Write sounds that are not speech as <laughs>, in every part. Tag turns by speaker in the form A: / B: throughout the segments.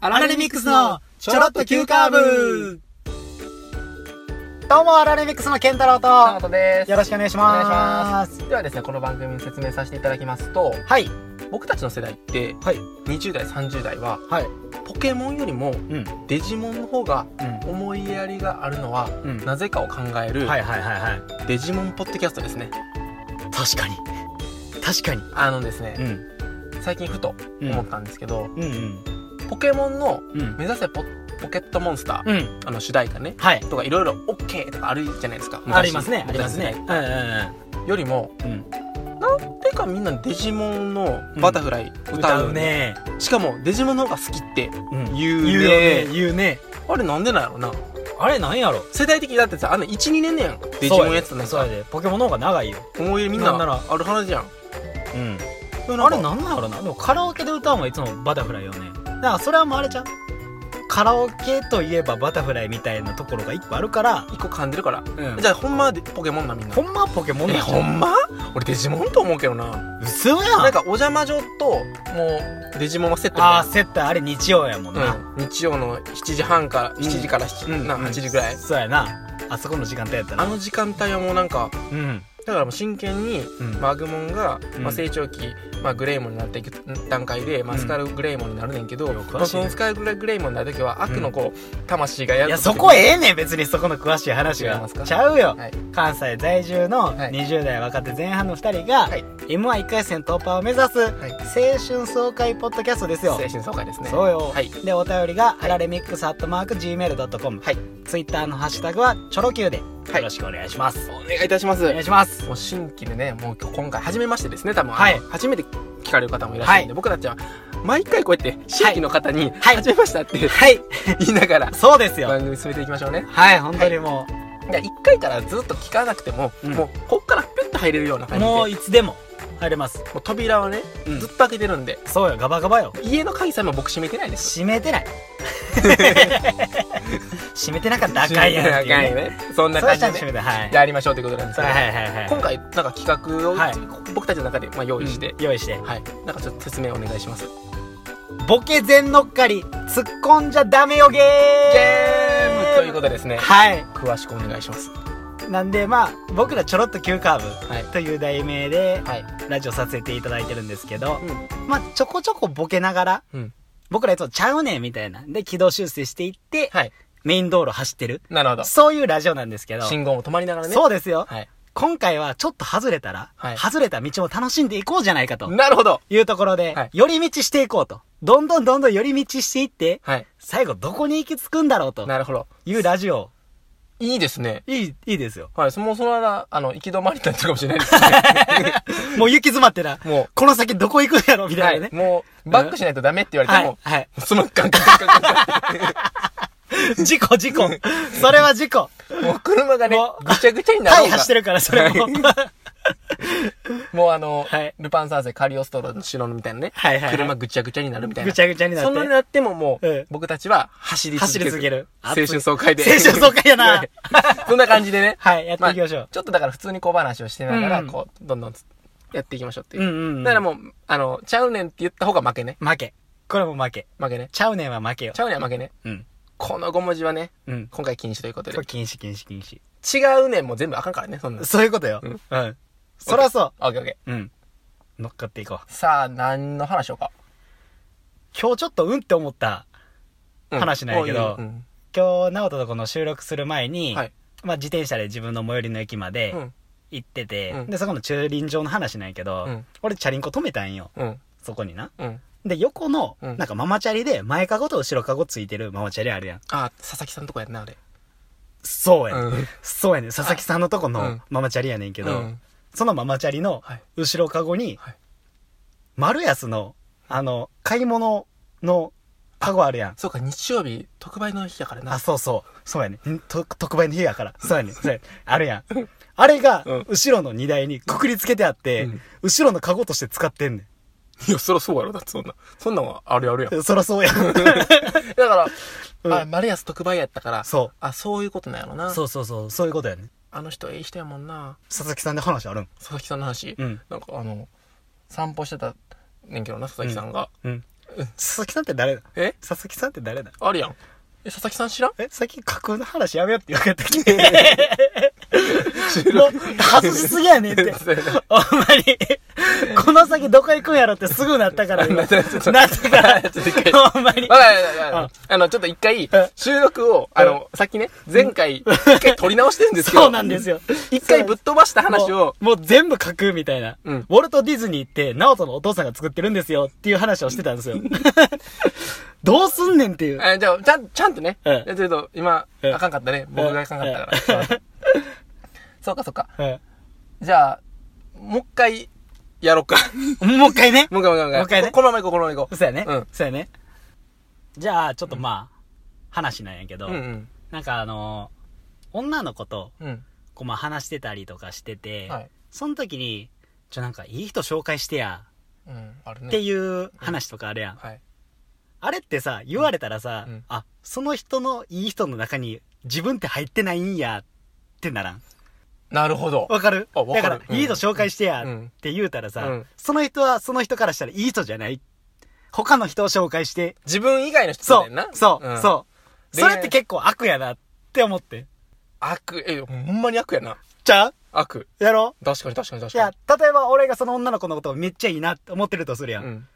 A: アラレミックスのちょろっと急カーブどうもアラレミックスの健太郎
B: 山
A: と
B: 本です
A: よろしくお願いします
B: ではですねこの番組に説明させていただきますと
A: はい
B: 僕たちの世代って、
A: はい
B: 20代30代は
A: はい
B: ポケモンよりも
A: うん
B: デジモンの方が
A: う
B: 思いやりがあるのは
A: んうん
B: なぜかを考える
A: はいはいはいはい
B: デジモンポッドキャストですね、
A: 確かに確かに
B: あのですね
A: ん
B: 最近ふと
A: うん
B: 思ったんですけど、
A: うんうん
B: ポケモンの
A: うん
B: 目指せポポケットモンスター、
A: うん
B: あの主題歌ね
A: はい
B: とかいろいろ OK とかあるじゃないですか昔
A: ありますねありますね
B: 僕
A: うんうん
B: たちよりも
A: うん
B: てかみんなデジモンのバタフライ
A: うん
B: 歌う,、
A: ね
B: しかもデジモンの方が好きって
A: うん
B: 言うね
A: 言うよね言うね
B: あれなんでなんやろな
A: あれなんやろ
B: 世代的にだってさあの12年ねやんデジモンやってたんだ
A: そうやでポケモンの方が長いよ
B: 思い入れみん
A: な
B: なん
A: なら
B: ある話じゃん
A: うん
B: あ
A: あれなんなんやろなでもカラオケで歌うのはいつもバタフライよねだからそれはもうあれじゃんカラオケといえばバタフライみたいなところが一個あるから、
B: 一個噛んでるから
A: うん
B: じゃあほんまはでポケモンなみんな
A: ほんまはポケモン
B: え
A: だ
B: ほんま俺デジモンと思うけどな
A: 嘘やん
B: なんかお邪魔女ともうデジモンはセットみたいな
A: ああセッターあれ日曜やもんな、
B: うん、日曜の7時半から
A: ん
B: 7時から7、な8時ぐらい、
A: そうやなあそこの時間帯やった
B: あ
A: な
B: の時間帯はもうなんか
A: うん
B: だからもう真剣に、
A: うん
B: マグモンが、
A: うん
B: まあ、成長期、まあ、グレイモンになっていく段階で、まあ、
A: うん
B: スカルグレイモンになるねんけど、
A: よく詳しいね
B: まあ、そのスカルグレイモンになる時は悪のこう、魂がやる
A: いやそこええねん別にそこの詳しい話
B: 違い
A: が
B: ますか
A: ちゃうよ、
B: はい
A: 関西在住の
B: はい
A: 20代若手前半の2人が、
B: はい
A: m 1 1回戦突破を目指す、
B: い
A: 青春爽快ポッドキャストですよ
B: 青春爽快ですね
A: そうよ、
B: はい
A: でお便りが、アラレミックスアットマーク Gmail.com、
B: はい
A: ツイッターのハッシュタグはチョロ Q でよ
B: はい
A: ろしくお願いします、
B: お願いいたします
A: お願いします
B: もう新規でねもう今日今回初めましてですね多分、
A: はい
B: あの初めて聞かれる方もいらっしゃるんで、
A: は
B: 僕たちは毎回こうやって新規の方に「
A: はい
B: 初め
A: <laughs>
B: ました」って
A: はい
B: 言いながら
A: そうですよ
B: 番組進めていきましょうね
A: はい本当にも
B: いや1回からずっと聞かなくても、
A: うん
B: もうこっからピュッと入れるような
A: う、
B: 感じで
A: も
B: も
A: ういつでも入れます
B: う扉をね、
A: うん
B: ずっと開けてるんで
A: そうよガバガバよ
B: 家の鍵さえも僕閉めてないです
A: 閉め
B: <laughs>
A: てない閉めてなかったらあかんやんっていう
B: 高いねそんな
A: そう
B: 感
A: したら閉
B: じで
A: めてはい
B: やりましょうということなんですけど、
A: はいはいはい
B: 今回なんか企画を、
A: はい
B: 僕たちの中でまあ用意して、
A: 用意して
B: はいなんかちょっと説明お願いします
A: ボケ全乗っかり突っ込んじゃダメよゲー
B: ゲームということでですね
A: はい
B: 詳しくお願いします
A: なんでまあ僕らちょろっと急カー
B: はい
A: ブという題名で
B: はい
A: ラジオさせていただいてるんですけど
B: うん
A: まあちょこちょこボケながら
B: うん
A: 僕らいつもちゃうねんみたいなで軌道修正していって
B: はい
A: メイン道路走ってる
B: なるほど
A: そういうラジオなんですけど
B: 信号も止まりながらね
A: そうですよ
B: はい
A: 今回はちょっと外れたら
B: はい
A: 外れた道を楽しんでいこうじゃないかと
B: なるほど
A: いうところで
B: はい
A: 寄り道していこうとどんどんどんどん寄り道していって
B: はい
A: 最後どこに行き着くんだろうと
B: なるほど
A: いうラジオ
B: いいですね
A: いいいいですよ
B: はい、そもそもな、あの、行き止まりになってるかもしれないですね。
A: もう行き詰まってな
B: も
A: この先どこ <laughs> 行くんやろみ
B: う、
A: た
B: はい、
A: ないね
B: もう、バックしないとダメって言われ
A: は
B: ても
A: い、はい
B: その感覚感覚感
A: 事故事故それは事故
B: 覚もう車がね
A: も、う
B: ぐちゃぐちゃになろ
A: 大
B: うが
A: 破してるからそれも
B: <laughs> もうあの、
A: はい
B: ルパン三世カリオストロの城のみたいなね、
A: はいはいはい
B: 車ぐちゃぐちゃになるみたいな。
A: ぐちゃぐちゃにな
B: そんなに
A: って
B: なってももう、
A: うん
B: 僕たちは走り続
A: 走
B: ける。
A: り続ける
B: 青春爽快で。
A: 青春爽快やな
B: はい <laughs> そんな感じでね。
A: はいやっていきましょう
B: あちょっとだから普通に小話をしてながら、
A: うん
B: こう、どんどんやっていきましょうっていう。
A: うんうんうん
B: だからもう、あの、ちゃうねんって言った方が負けね。
A: <laughs> 負けこれも負け
B: 負けね。
A: ちゃうねんは負けよ
B: ちゃうねんは負けね。
A: うん
B: この5文字はね、
A: うん
B: 今回禁止ということで
A: これ。禁止禁止禁止
B: 違うねんもう全部あかんからね、そんなん。
A: そういうことよ
B: うん
A: うんそらそ
B: オッケーオッケ
A: ううん乗っかっていこう
B: ー。さあ、何の話しようか。
A: 今日ちょっとうんって思った
B: うん
A: 話なんやけど
B: おいうん
A: 今日直人とこの収録する前に、
B: はい。
A: まあ、自転車で自分の最寄りの駅まで
B: うん。
A: 行ってて、
B: うん
A: でそこの駐輪場の話なんやけど、
B: うん
A: 俺チャリンコ止めたんよ
B: うん。
A: そこにな
B: うん。
A: で横の
B: うん
A: なんかママチャリで前かごと後ろかごついてるママチャリあるやん
B: あ、佐々木さんとこやんな、あれ。
A: そうやね、
B: うん
A: ん、そうやねん佐々木さんのとこ
B: う
A: の
B: ん
A: ママチャリやねんけど、
B: うん
A: そのママチャリの
B: はい
A: 後ろかごに、
B: はい
A: マルヤスのあの買い物のかごあるやん
B: そうか、日曜日、特売の日やから
A: あ、
B: な。
A: そうそう。そうやね。んと特売の日やから。そうやね。そうやねあれやん。あれが
B: うん、
A: 後ろの荷台にくくりつけてあって、
B: うん
A: 後ろのカゴとして使ってんね
B: いや、そらそうやろ、だってそんな。そんなんはあるあるやん。
A: ん。そらそうやん。
B: <laughs> だから、
A: うん
B: あ、丸安特売やったから、
A: そう。
B: あ、そういうことなんやろな。
A: そうそうそう。そういうことやね。
B: あの人、ええ人やもんな。
A: 佐々木さんで話あるん
B: 佐々木さんの話。
A: うん。
B: なんかあの、散歩してたねんけどな、佐々木さんが。
A: うん。佐々木さんって誰だ
B: え
A: 佐々木さんって誰だ
B: あるやん。え、佐々木さん知らん
A: え、最近架空の話やめようって言われたっ
B: <laughs>
A: けもう、外しすぎやねんって。 <laughs> ほんまに。この先どこ行くんやろってすぐなったから。今 <laughs> なっ
B: <laughs> なったた
A: から。
B: <laughs> ちょっと一
A: <laughs>
B: 回
A: ほんまに
B: わ。かるわかるわかるあの、ちょっと一回
A: うん、
B: 収録を、あの、さっきね、前回、一回撮り直してるんですけど。
A: そうなんですよ。
B: 一回ぶっ飛ばした話を、
A: もう。もう全部架空みたいな。
B: うん
A: ウォルト・ディズニーって、ナオトのお父さんが作ってるんですよっていう話をしてたん
B: <laughs>
A: ですよ。どうすんねんっていう。
B: えじゃあ、ちゃん、ちゃんとね。
A: うん
B: えちょっと、今、
A: うん
B: あかんかったね。僕があかんかったから。そうか、そうか。
A: うん
B: じゃあ、もう一回、やろうか。 <laughs>
A: もう一回ね。
B: もう一回、もう一回、もう
A: もう一回ね
B: ここのまま行こう、このまま行こ
A: そうやね。
B: うん
A: そうやね。じゃあ、ちょっとまあ、話なんやけど、
B: う。うん
A: なんかあのー女の子と、
B: うん。うん。
A: こうまあ話してたりとかしてて、
B: はい。
A: その時に、ちょ、なんかいい人紹介してや、
B: うん、あるね。
A: っていう話とかあるやん。
B: はい。
A: あれってさ、言われたらさ、
B: うん
A: あ、その人のいい人の中に自分って入ってないんや、ってならん。
B: なるほど。
A: わかる
B: あわか
A: だ
B: る
A: から、
B: うん
A: いい人紹介してや、
B: うん
A: って言うたらさ、
B: うん
A: その人はその人からしたらいい人じゃない。他の人を紹介して
B: 自分以外の人
A: そ
B: だ
A: う
B: よな。、
A: そう、
B: ん
A: そう。
B: で
A: それって結構悪やなって思って。
B: 悪、え、ほんまに悪やな。
A: ちゃう
B: 悪。
A: やろ
B: 確かに確かに確
A: いや、
B: か
A: 例えば俺がその女の子のことをめっちゃいいなって思ってるとするや
B: に。
A: ん。
B: ん。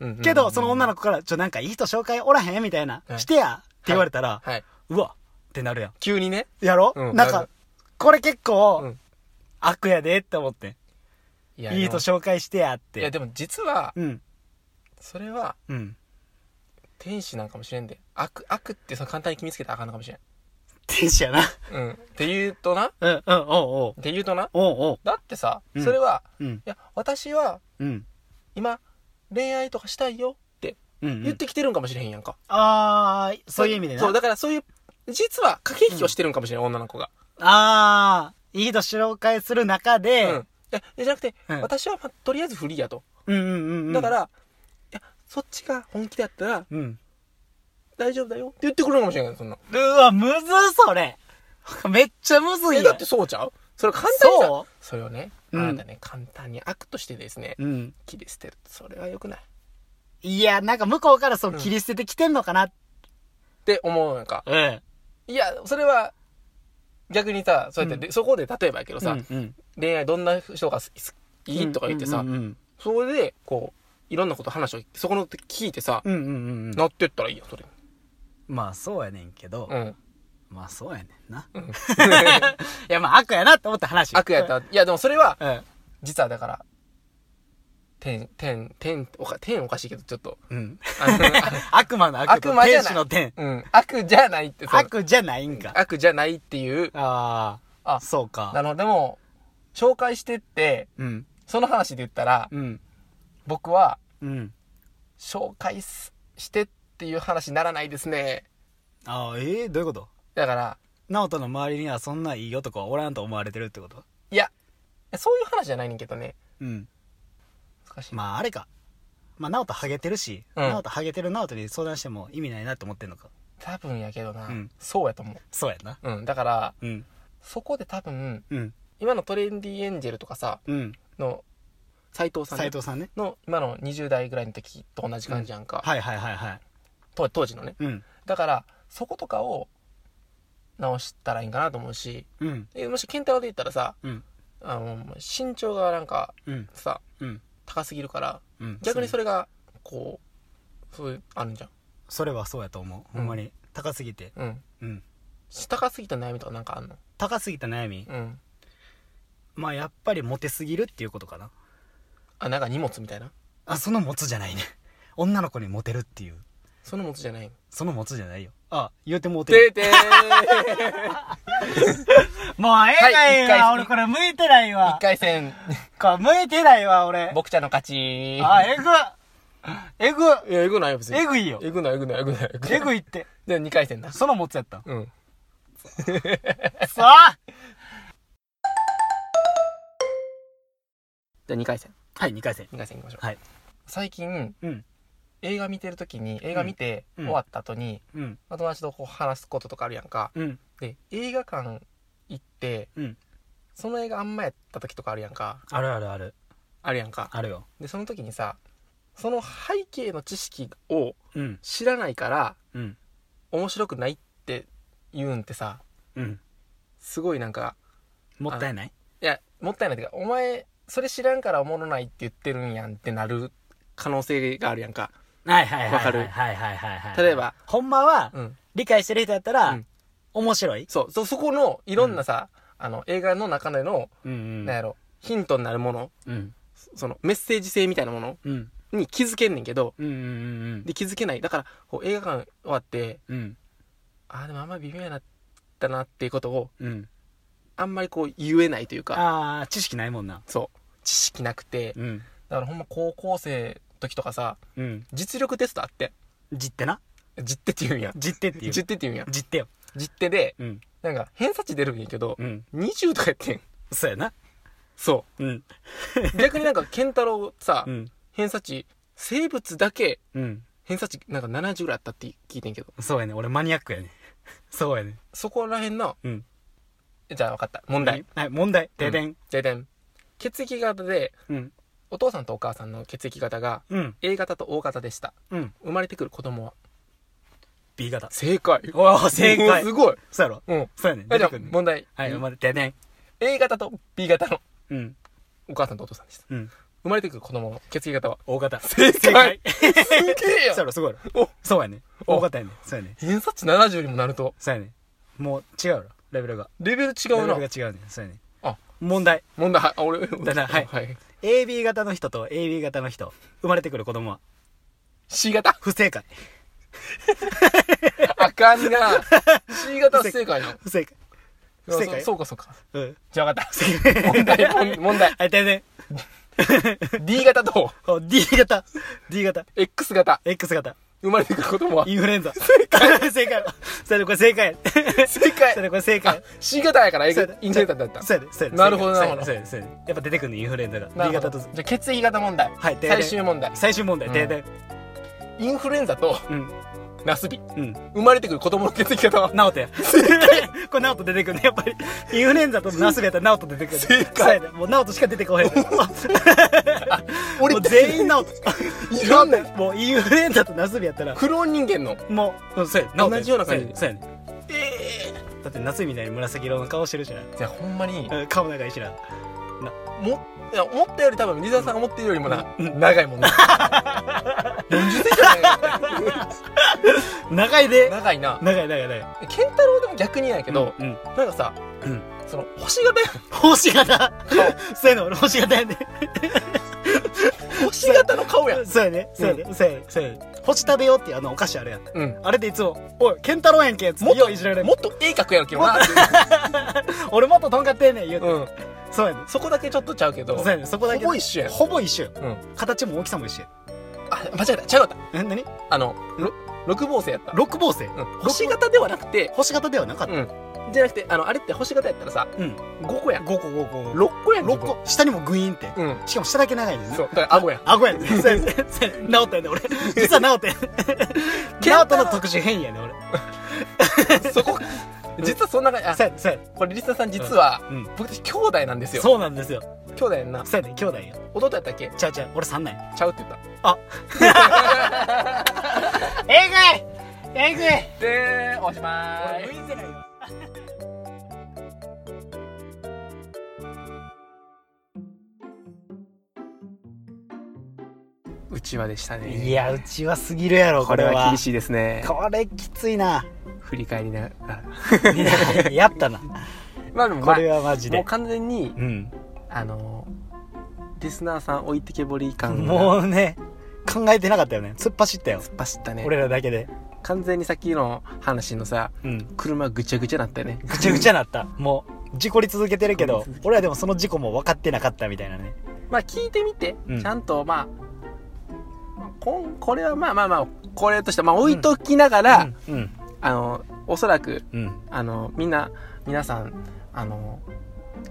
B: うん
A: けど、その女
B: の
A: の子から、ちょ、なんかいい人紹介おらへんみたいな
B: う、ん
A: してやって言われたら、
B: はい。
A: うわってなるやん。
B: 急にね。
A: やろ
B: うん
A: なん
B: な
A: か
B: る、
A: これ結
B: う
A: 構
B: ん、
A: 悪やでって思って。
B: い
A: いい人
B: でも
A: 紹介してやっ
B: いや、
A: て。
B: でも実は、
A: うん、
B: それは、
A: うん。
B: 天使なんかもしれんで。悪、悪ってその簡単に決めつけたらあかんのかもしれん。
A: 天使やな。 <laughs>
B: うん。って言うとな。っ
A: うん、うん、おうおう。
B: て言うとな。
A: おうおう。
B: だってさ
A: う、ん
B: それは、
A: うん、
B: いや、私は、
A: うん。
B: 今、恋愛とかしたいよって
A: うん、う
B: 言っ
A: ん。
B: てきてるんかもしれへんやんか。
A: あー、そういう意味でな。
B: そう、だからそういう、実は駆け引きをしてるんかもしれん、女の子が。
A: あー、いい人紹介する中
B: う
A: で
B: ん、。えじゃなくて、
A: うん
B: 私は、まあとりあえずフリーやと。
A: うん、うん、うんうん。
B: だから、いや、そっちが本気だったら、
A: うん。
B: 大丈夫だよって言ってくれるかもしれないそんな。
A: うわ、むずそれ。めっちゃむずいや
B: え、
A: ん。
B: だってそうちゃうそれ簡単にさ
A: そう
B: それをね、
A: うん
B: あなたね、簡単に悪としてですね、
A: うん。
B: 切り捨てる。それは良くない。っ
A: いや、なんか向こうからそう
B: うん
A: 切り捨ててきてんのかな。
B: て思うなんか。
A: うん。
B: いや、それは、逆にさ、そうやって、
A: うん
B: でそこで例えばやけどさ、
A: うんうん、
B: 恋愛どんな人がすすいいとか言ってさ、
A: うんうん
B: それで、こう、いろんなこと話を聞いて、そこの聞いてさ、
A: うん。うんうんうんうん。
B: なってったらいいよ、それ。
A: まあそうやねんけど、
B: うん。
A: まあそうやねんな。 <laughs>
B: うん
A: いやまあ悪やなって思った話。
B: 悪やったら。いや、でもそれは、
A: うん。
B: 実はだから、天、天、天、おか、天おかしいけど、ちょっ
A: <laughs>
B: と。
A: うん。
B: あの
A: 悪魔の悪と
B: 悪魔じ
A: 天
B: ゃない
A: 使の天。
B: うん。悪じゃないって、そう
A: 悪じゃないんか。
B: 悪じゃないっていう。
A: ああ。
B: あ
A: そう
B: あ
A: か。
B: の、でも、紹介してって、
A: うん。
B: その話で言ったら、
A: うん。
B: 僕は、
A: うん。
B: 紹介すしてっていう話にならないですね。
A: ああ、ええどういうこと
B: だから、
A: ナオトの周りにはそんないい男はおらんと思われてるってこと
B: いや、そういう話じゃないねんけどね。
A: うん。
B: 難しい。
A: まああれか。まあ、ナオトハゲてるし、
B: うん
A: ナオトハゲてるナオトに相談しても意味ないなって思ってんのか。
B: 多分やけどな、
A: うん
B: そうやと思
A: そうやな。
B: う。うん。だから、
A: うん。
B: そこで多分、
A: うん。
B: 今のトレンディエンジェルとかさ、
A: うん。
B: の、斎藤さんね
A: 斎藤さんね。
B: の今の20代ぐらいの時と同じ感じやんか、
A: はいはいはいはい。
B: 当当時のね
A: うん。
B: だからそことかを直したらいいんかなと思うし
A: うん。
B: えもし健太郎で言ったらさ
A: うん。
B: あのもう身長がなんか
A: うん。
B: さ
A: うん。
B: 高すぎるから
A: うん。
B: 逆にそ
A: れ。
B: れがこうそういうあるんじゃん
A: それはそうやと思う。ほんまに。高すぎて。
B: うん
A: うん。
B: し高すぎた悩みとかなんかあんの
A: 高すぎた悩み。
B: うん
A: まあやっぱりモテすぎるっていうことかな。
B: あなんか荷物みたいな
A: あ、そのモツじゃないね。女の子にモテるっていう。
B: その持つじゃない
A: そのモツじゃないよ。あ、言うてモテ
B: て
A: る。
B: ーてー
A: もうええがええわ。
B: はい
A: 俺
B: 一回
A: これ向いてないわ
B: <laughs> 一。回戦
A: これ向いてないわ、俺。
B: 僕ちゃんの勝
A: <laughs>
B: ち
A: あ、えぐ。えぐ。
B: いやえぐないよ別に
A: えぐいよ。
B: えぐないえぐないえぐない
A: えぐいって。
B: で2回戦だ
A: そのもつやったん。
B: うん
A: さあ
B: じゃあ2回戦
A: はい、2回戦。
B: 2回戦いきましょう、
A: はい
B: 最近
A: うん。
B: 映画見てる時に映画見て
A: うん
B: 終わった後に、
A: うん。
B: まあ友達とこう話すこととかあるやんか
A: うん。
B: で映画館行って
A: うん。
B: その映画あんまやった時とかあるやんか
A: あるあるある。
B: あるやんか
A: あるよ。
B: でその時にさその背景の知識を
A: うん。
B: 知らないから
A: うん。
B: 面白くないって言うんってさ、
A: うん。
B: すごいなんか、
A: もったいない
B: いや、もったいないっていうか、お前、それ知らんからおもろないって言ってるんやんってなる可能性があるやんか。
A: はいはいはい。
B: わかる
A: はいはいはいはい。
B: 例えば。
A: ほんまは
B: う、ん。
A: 理解してる人やったら、
B: うん
A: 面白い。
B: そう、そ、そこの、いろんなさ、あの、映画の中での、
A: うんうん
B: なんやろ、ヒントになるもの、
A: うん。
B: その、メッセージ性みたいなもの
A: うん。
B: に気づけんねんけど、
A: うんうんうん
B: で、気づけない。だから、こう、映画館終わって、
A: うん。うん。
B: ああ、でもあんまり微妙やな、だなっていうことを、
A: うん。
B: あんまりこう、言えないというか、
A: ああ、知識ないもんな。
B: そう、知識なくて、
A: うん。
B: だからほんま高校生の時とかさ、
A: うん。
B: 実力テストあって、
A: じってな。
B: 実手って言うんや。
A: じってっていう。
B: 実手って言うんや。
A: じってよ。
B: 実手で、
A: うん。
B: なんか、偏差値出るんやけど、
A: うん。
B: 20とかやってん。
A: そうやな。
B: そ
A: うん。
B: う。逆になんか、ケンタロウさ、
A: うん。
B: 偏差値、生物だけ
A: うん。
B: 偏差値なんか70ぐらいあったって聞いてんけど、
A: そうやね。俺マニアックやね。 <laughs> そうやね。
B: そこら辺の、
A: うん。
B: じゃあ分かった。問題。。
A: はい、問題。停
B: う
A: 電。
B: ででん。血液型で、
A: うん。
B: お父さんとお母さんの血液型が
A: うん。
B: A 型と O 型でした。
A: うん。
B: 生まれてくる子供は。
A: B 型。
B: 正解。
A: おお、正
B: もう
A: 解
B: す。ごい。
A: そうやろ
B: うん。
A: そうやね。
B: あ
A: 出て
B: じゃ
A: く
B: あ、
A: んね
B: 問題。
A: はい、生まれてね。
B: A 型と B 型の
A: うん。
B: お母さんとお父さんでした。
A: うん。
B: 生まれてくる子供の血液型は。
A: 大型。
B: 正解すげえ
A: <laughs> そう
B: や
A: や
B: ん
A: ろ、すごいやろ
B: お
A: そうやね。
B: お
A: 大型やね。そうやね。
B: 偏差値70にもなると、
A: そうやね。もう違うやろ、レベルが。
B: レベル違うな
A: レベ。ルが違うね。そうやね。
B: あ、
A: 問題。
B: 問題、はいあ、俺、
A: だなはい
B: はい。
A: AB 型の人と AB 型の人、生まれてくる子供は
B: C 型
A: 不正解。
B: あかんな C 型は正解なの。
A: 不正解。 <laughs> 不正解
B: そうかそうか。
A: うん。
B: じゃあ分かった。 <laughs> 問題、問問題。
A: あ、停電。
B: D 型と
A: お D 型。D 型。
B: X 型。
A: X 型。
B: 生まれてくる子供は
A: イ。ンフルエンザ。正解。正解。それこれ正解。
B: 正解
A: それこれ正
B: あ
A: 解。、
B: C 型やから、イン
A: そ
B: フ
A: う
B: ル
A: やね
B: エンザだった。
A: そうやで、そうやで。
B: なるほど
A: そうや
B: なるほ
A: で
B: ど
A: そうやで、そうやで。やっぱ出てくるね、インフルエンザが。
B: なる
A: B
B: ほ
A: 型
B: ど
A: と
B: じ。ゃあ血液型問題。
A: はい、停電
B: 最終問題。
A: 最終問題、
B: うん
A: 停電。
B: インフルエンザと
A: うん。
B: ナスビ。
A: うん。
B: 生まれてくる子供の血液型は。
A: ナオトや。これナオト出てくるね。やっぱり、インフルエンザとナスベやったらナオト出てくる。
B: 正解
A: そうやでもうナオトしか出てこへん。も
B: 俺
A: う、全員ナオト。
B: いろんな、
A: もうインフルエンザとナスベやったら、
B: クローン人間の。
A: もう、うんそうやでナオトや
B: 同じような感じ
A: そうやでそうや
B: ええ。
A: でだってナスみたいに紫色の顔してるじゃな
B: じゃあほんまに、
A: い。うん顔長いしな。
B: も、いや、思ったより多分、リザさんが思ってるよりもな、
A: うん
B: 長
A: <laughs>
B: いもんね。40センチ長いから
A: 長いで。
B: 長いな。
A: 長い長い長い。
B: ケンタロウでも逆にやけど、 <laughs>
A: うん。
B: なんかさ、
A: うん
B: その、星型や
A: 星型。そうやね、俺星型やね。 <laughs>
B: ん。星型の顔やん。
A: そうやね、そうやね、そうやね、そうやね。星食べようっていうあのお菓子あるやん。
B: うん。
A: あれでいつも、おい、ケンタロウやんけっつっ、
B: もって
A: よ
B: と、
A: ういじられる
B: も。っと鋭角やんけどな。
A: 俺もっととんがってんねん、言うて。
B: うん。
A: そうやね。
B: そこだけちょっとちゃうけど。
A: そうやね、そこだけ。
B: ほぼ一緒やん
A: ほぼ一緒よ。
B: うん。
A: 形も大きさも一緒や。
B: あ、間違えた。ちゃうかっ
A: え、なに
B: た。あの、ろ六芒星やった。
A: 六芒星。
B: うん。星型ではなくて、
A: 星型ではなかった。
B: うん。じゃなくて、あの、あれって星型やったらさ、
A: うん。
B: 5個やん。
A: 五個五個五個。
B: 6個やん。
A: 六個。下にもグイーンって
B: 自。分。うん。
A: しかも下だけ長いです
B: そう。
A: ね。
B: だから、
A: <laughs>
B: 顎やん。
A: 顎やね。
B: <laughs>
A: そうやね。そうやね直ったやね、俺。実は直ったやね。
B: ケン
A: 直
B: タロウ
A: ったの特殊変異やね、俺。
B: そこ、 <laughs> 実はそんな感じ。あ
A: そうやね、そうやね。
B: これ、リスナーさん実は、
A: うん。
B: 僕たち兄弟なんですよ。
A: そうなんですよ。
B: 兄弟やんな。
A: そうやね、兄弟よ。
B: 弟やったっけ
A: ちゃうちゃう、俺三男や。
B: ちゃうって言った。
A: えぐいえぐい
B: でー、おしまーい。
A: 俺、向いてないよ。
B: うちわでしたね
A: いや、うちはすぎるやろ、こ
B: こ
A: れ
B: れ
A: は。
B: は厳しいですね
A: これきついな。 <laughs>
B: 振り返りながら
A: やった <laughs> な。
B: まあでも、ま
A: こ
B: あ
A: れはマジ
B: もう
A: で。
B: 完全に
A: うん。
B: あのリスナーさん置いてけぼり感が
A: もうね、考えてなかったよね。突っ走ったよ。
B: 突っ走ったね
A: 俺らだけで。
B: 完全にさっきの話のさ
A: うん。
B: 車ぐちゃぐちゃなったよね
A: ぐちゃぐちゃなった。もう、事故り続けてるけ
B: 事
A: ど
B: 故り続、
A: 俺らでもその事故も分かってなかったみたいなね。
B: まあ聞いてみて、
A: うん
B: ちゃんとまあまあこんこれはまあまあまあこれとしてまあ置いときながら、
A: うん。
B: あのおそらく
A: うん。
B: あのみんな皆さんあの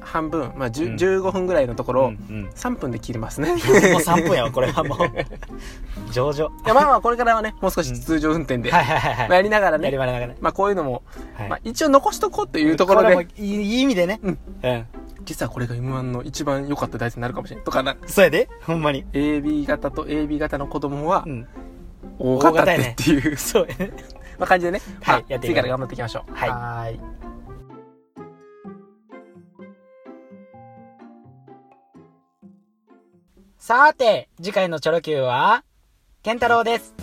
B: 半分、まあ、じゅ
A: うん
B: 15分ぐらいのとこ
A: うん。
B: ろ、
A: うん。
B: 3分で切りますね <laughs> い
A: もう3分やわ、これはもう。上 <laughs> 々。
B: やまあまあこれからはねもう少し通常運転で、
A: はいはいはい
B: まあ、
A: は
B: やりながら
A: い。やり
B: ね
A: まながらね。
B: まあこういうのも、
A: はい
B: まあ、一応残しとこうというとこ
A: こ
B: ろ
A: れも
B: で
A: いいいい意味でね。
B: うん
A: うん。
B: 実はこれが M1 の一番良かった大豆になるかもしれんとかな。
A: そうやで。ほんまに。
B: AB 型と AB 型の子供は
A: うん。
B: 大型
A: 大型
B: っ
A: や
B: て
A: ね
B: っていう、
A: そうやね。
B: <laughs> まあ感じでね。
A: はい
B: まあ
A: やっていこう
B: 次から頑張っていきましょう。
A: はい
B: ーい。
A: さて、次回のチョロ Q は、ケンタロウです。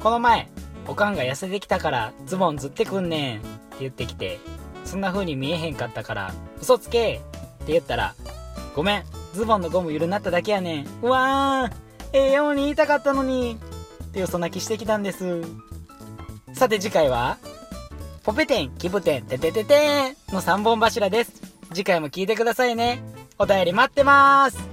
A: この前、おかんが痩せてきたからズボンずってくんねんって言ってきて、そんな風に見えへんかったから、嘘つけって言ったら、ごめん、ズボンのゴム緩なっただけやねん。うわー、ええように言いたかったのにってよそ泣きしてきたんです。さて次回は、ポペテン、キブテン、テテテテーンの3本柱です。次回も聞いてくださいね。お便り待ってます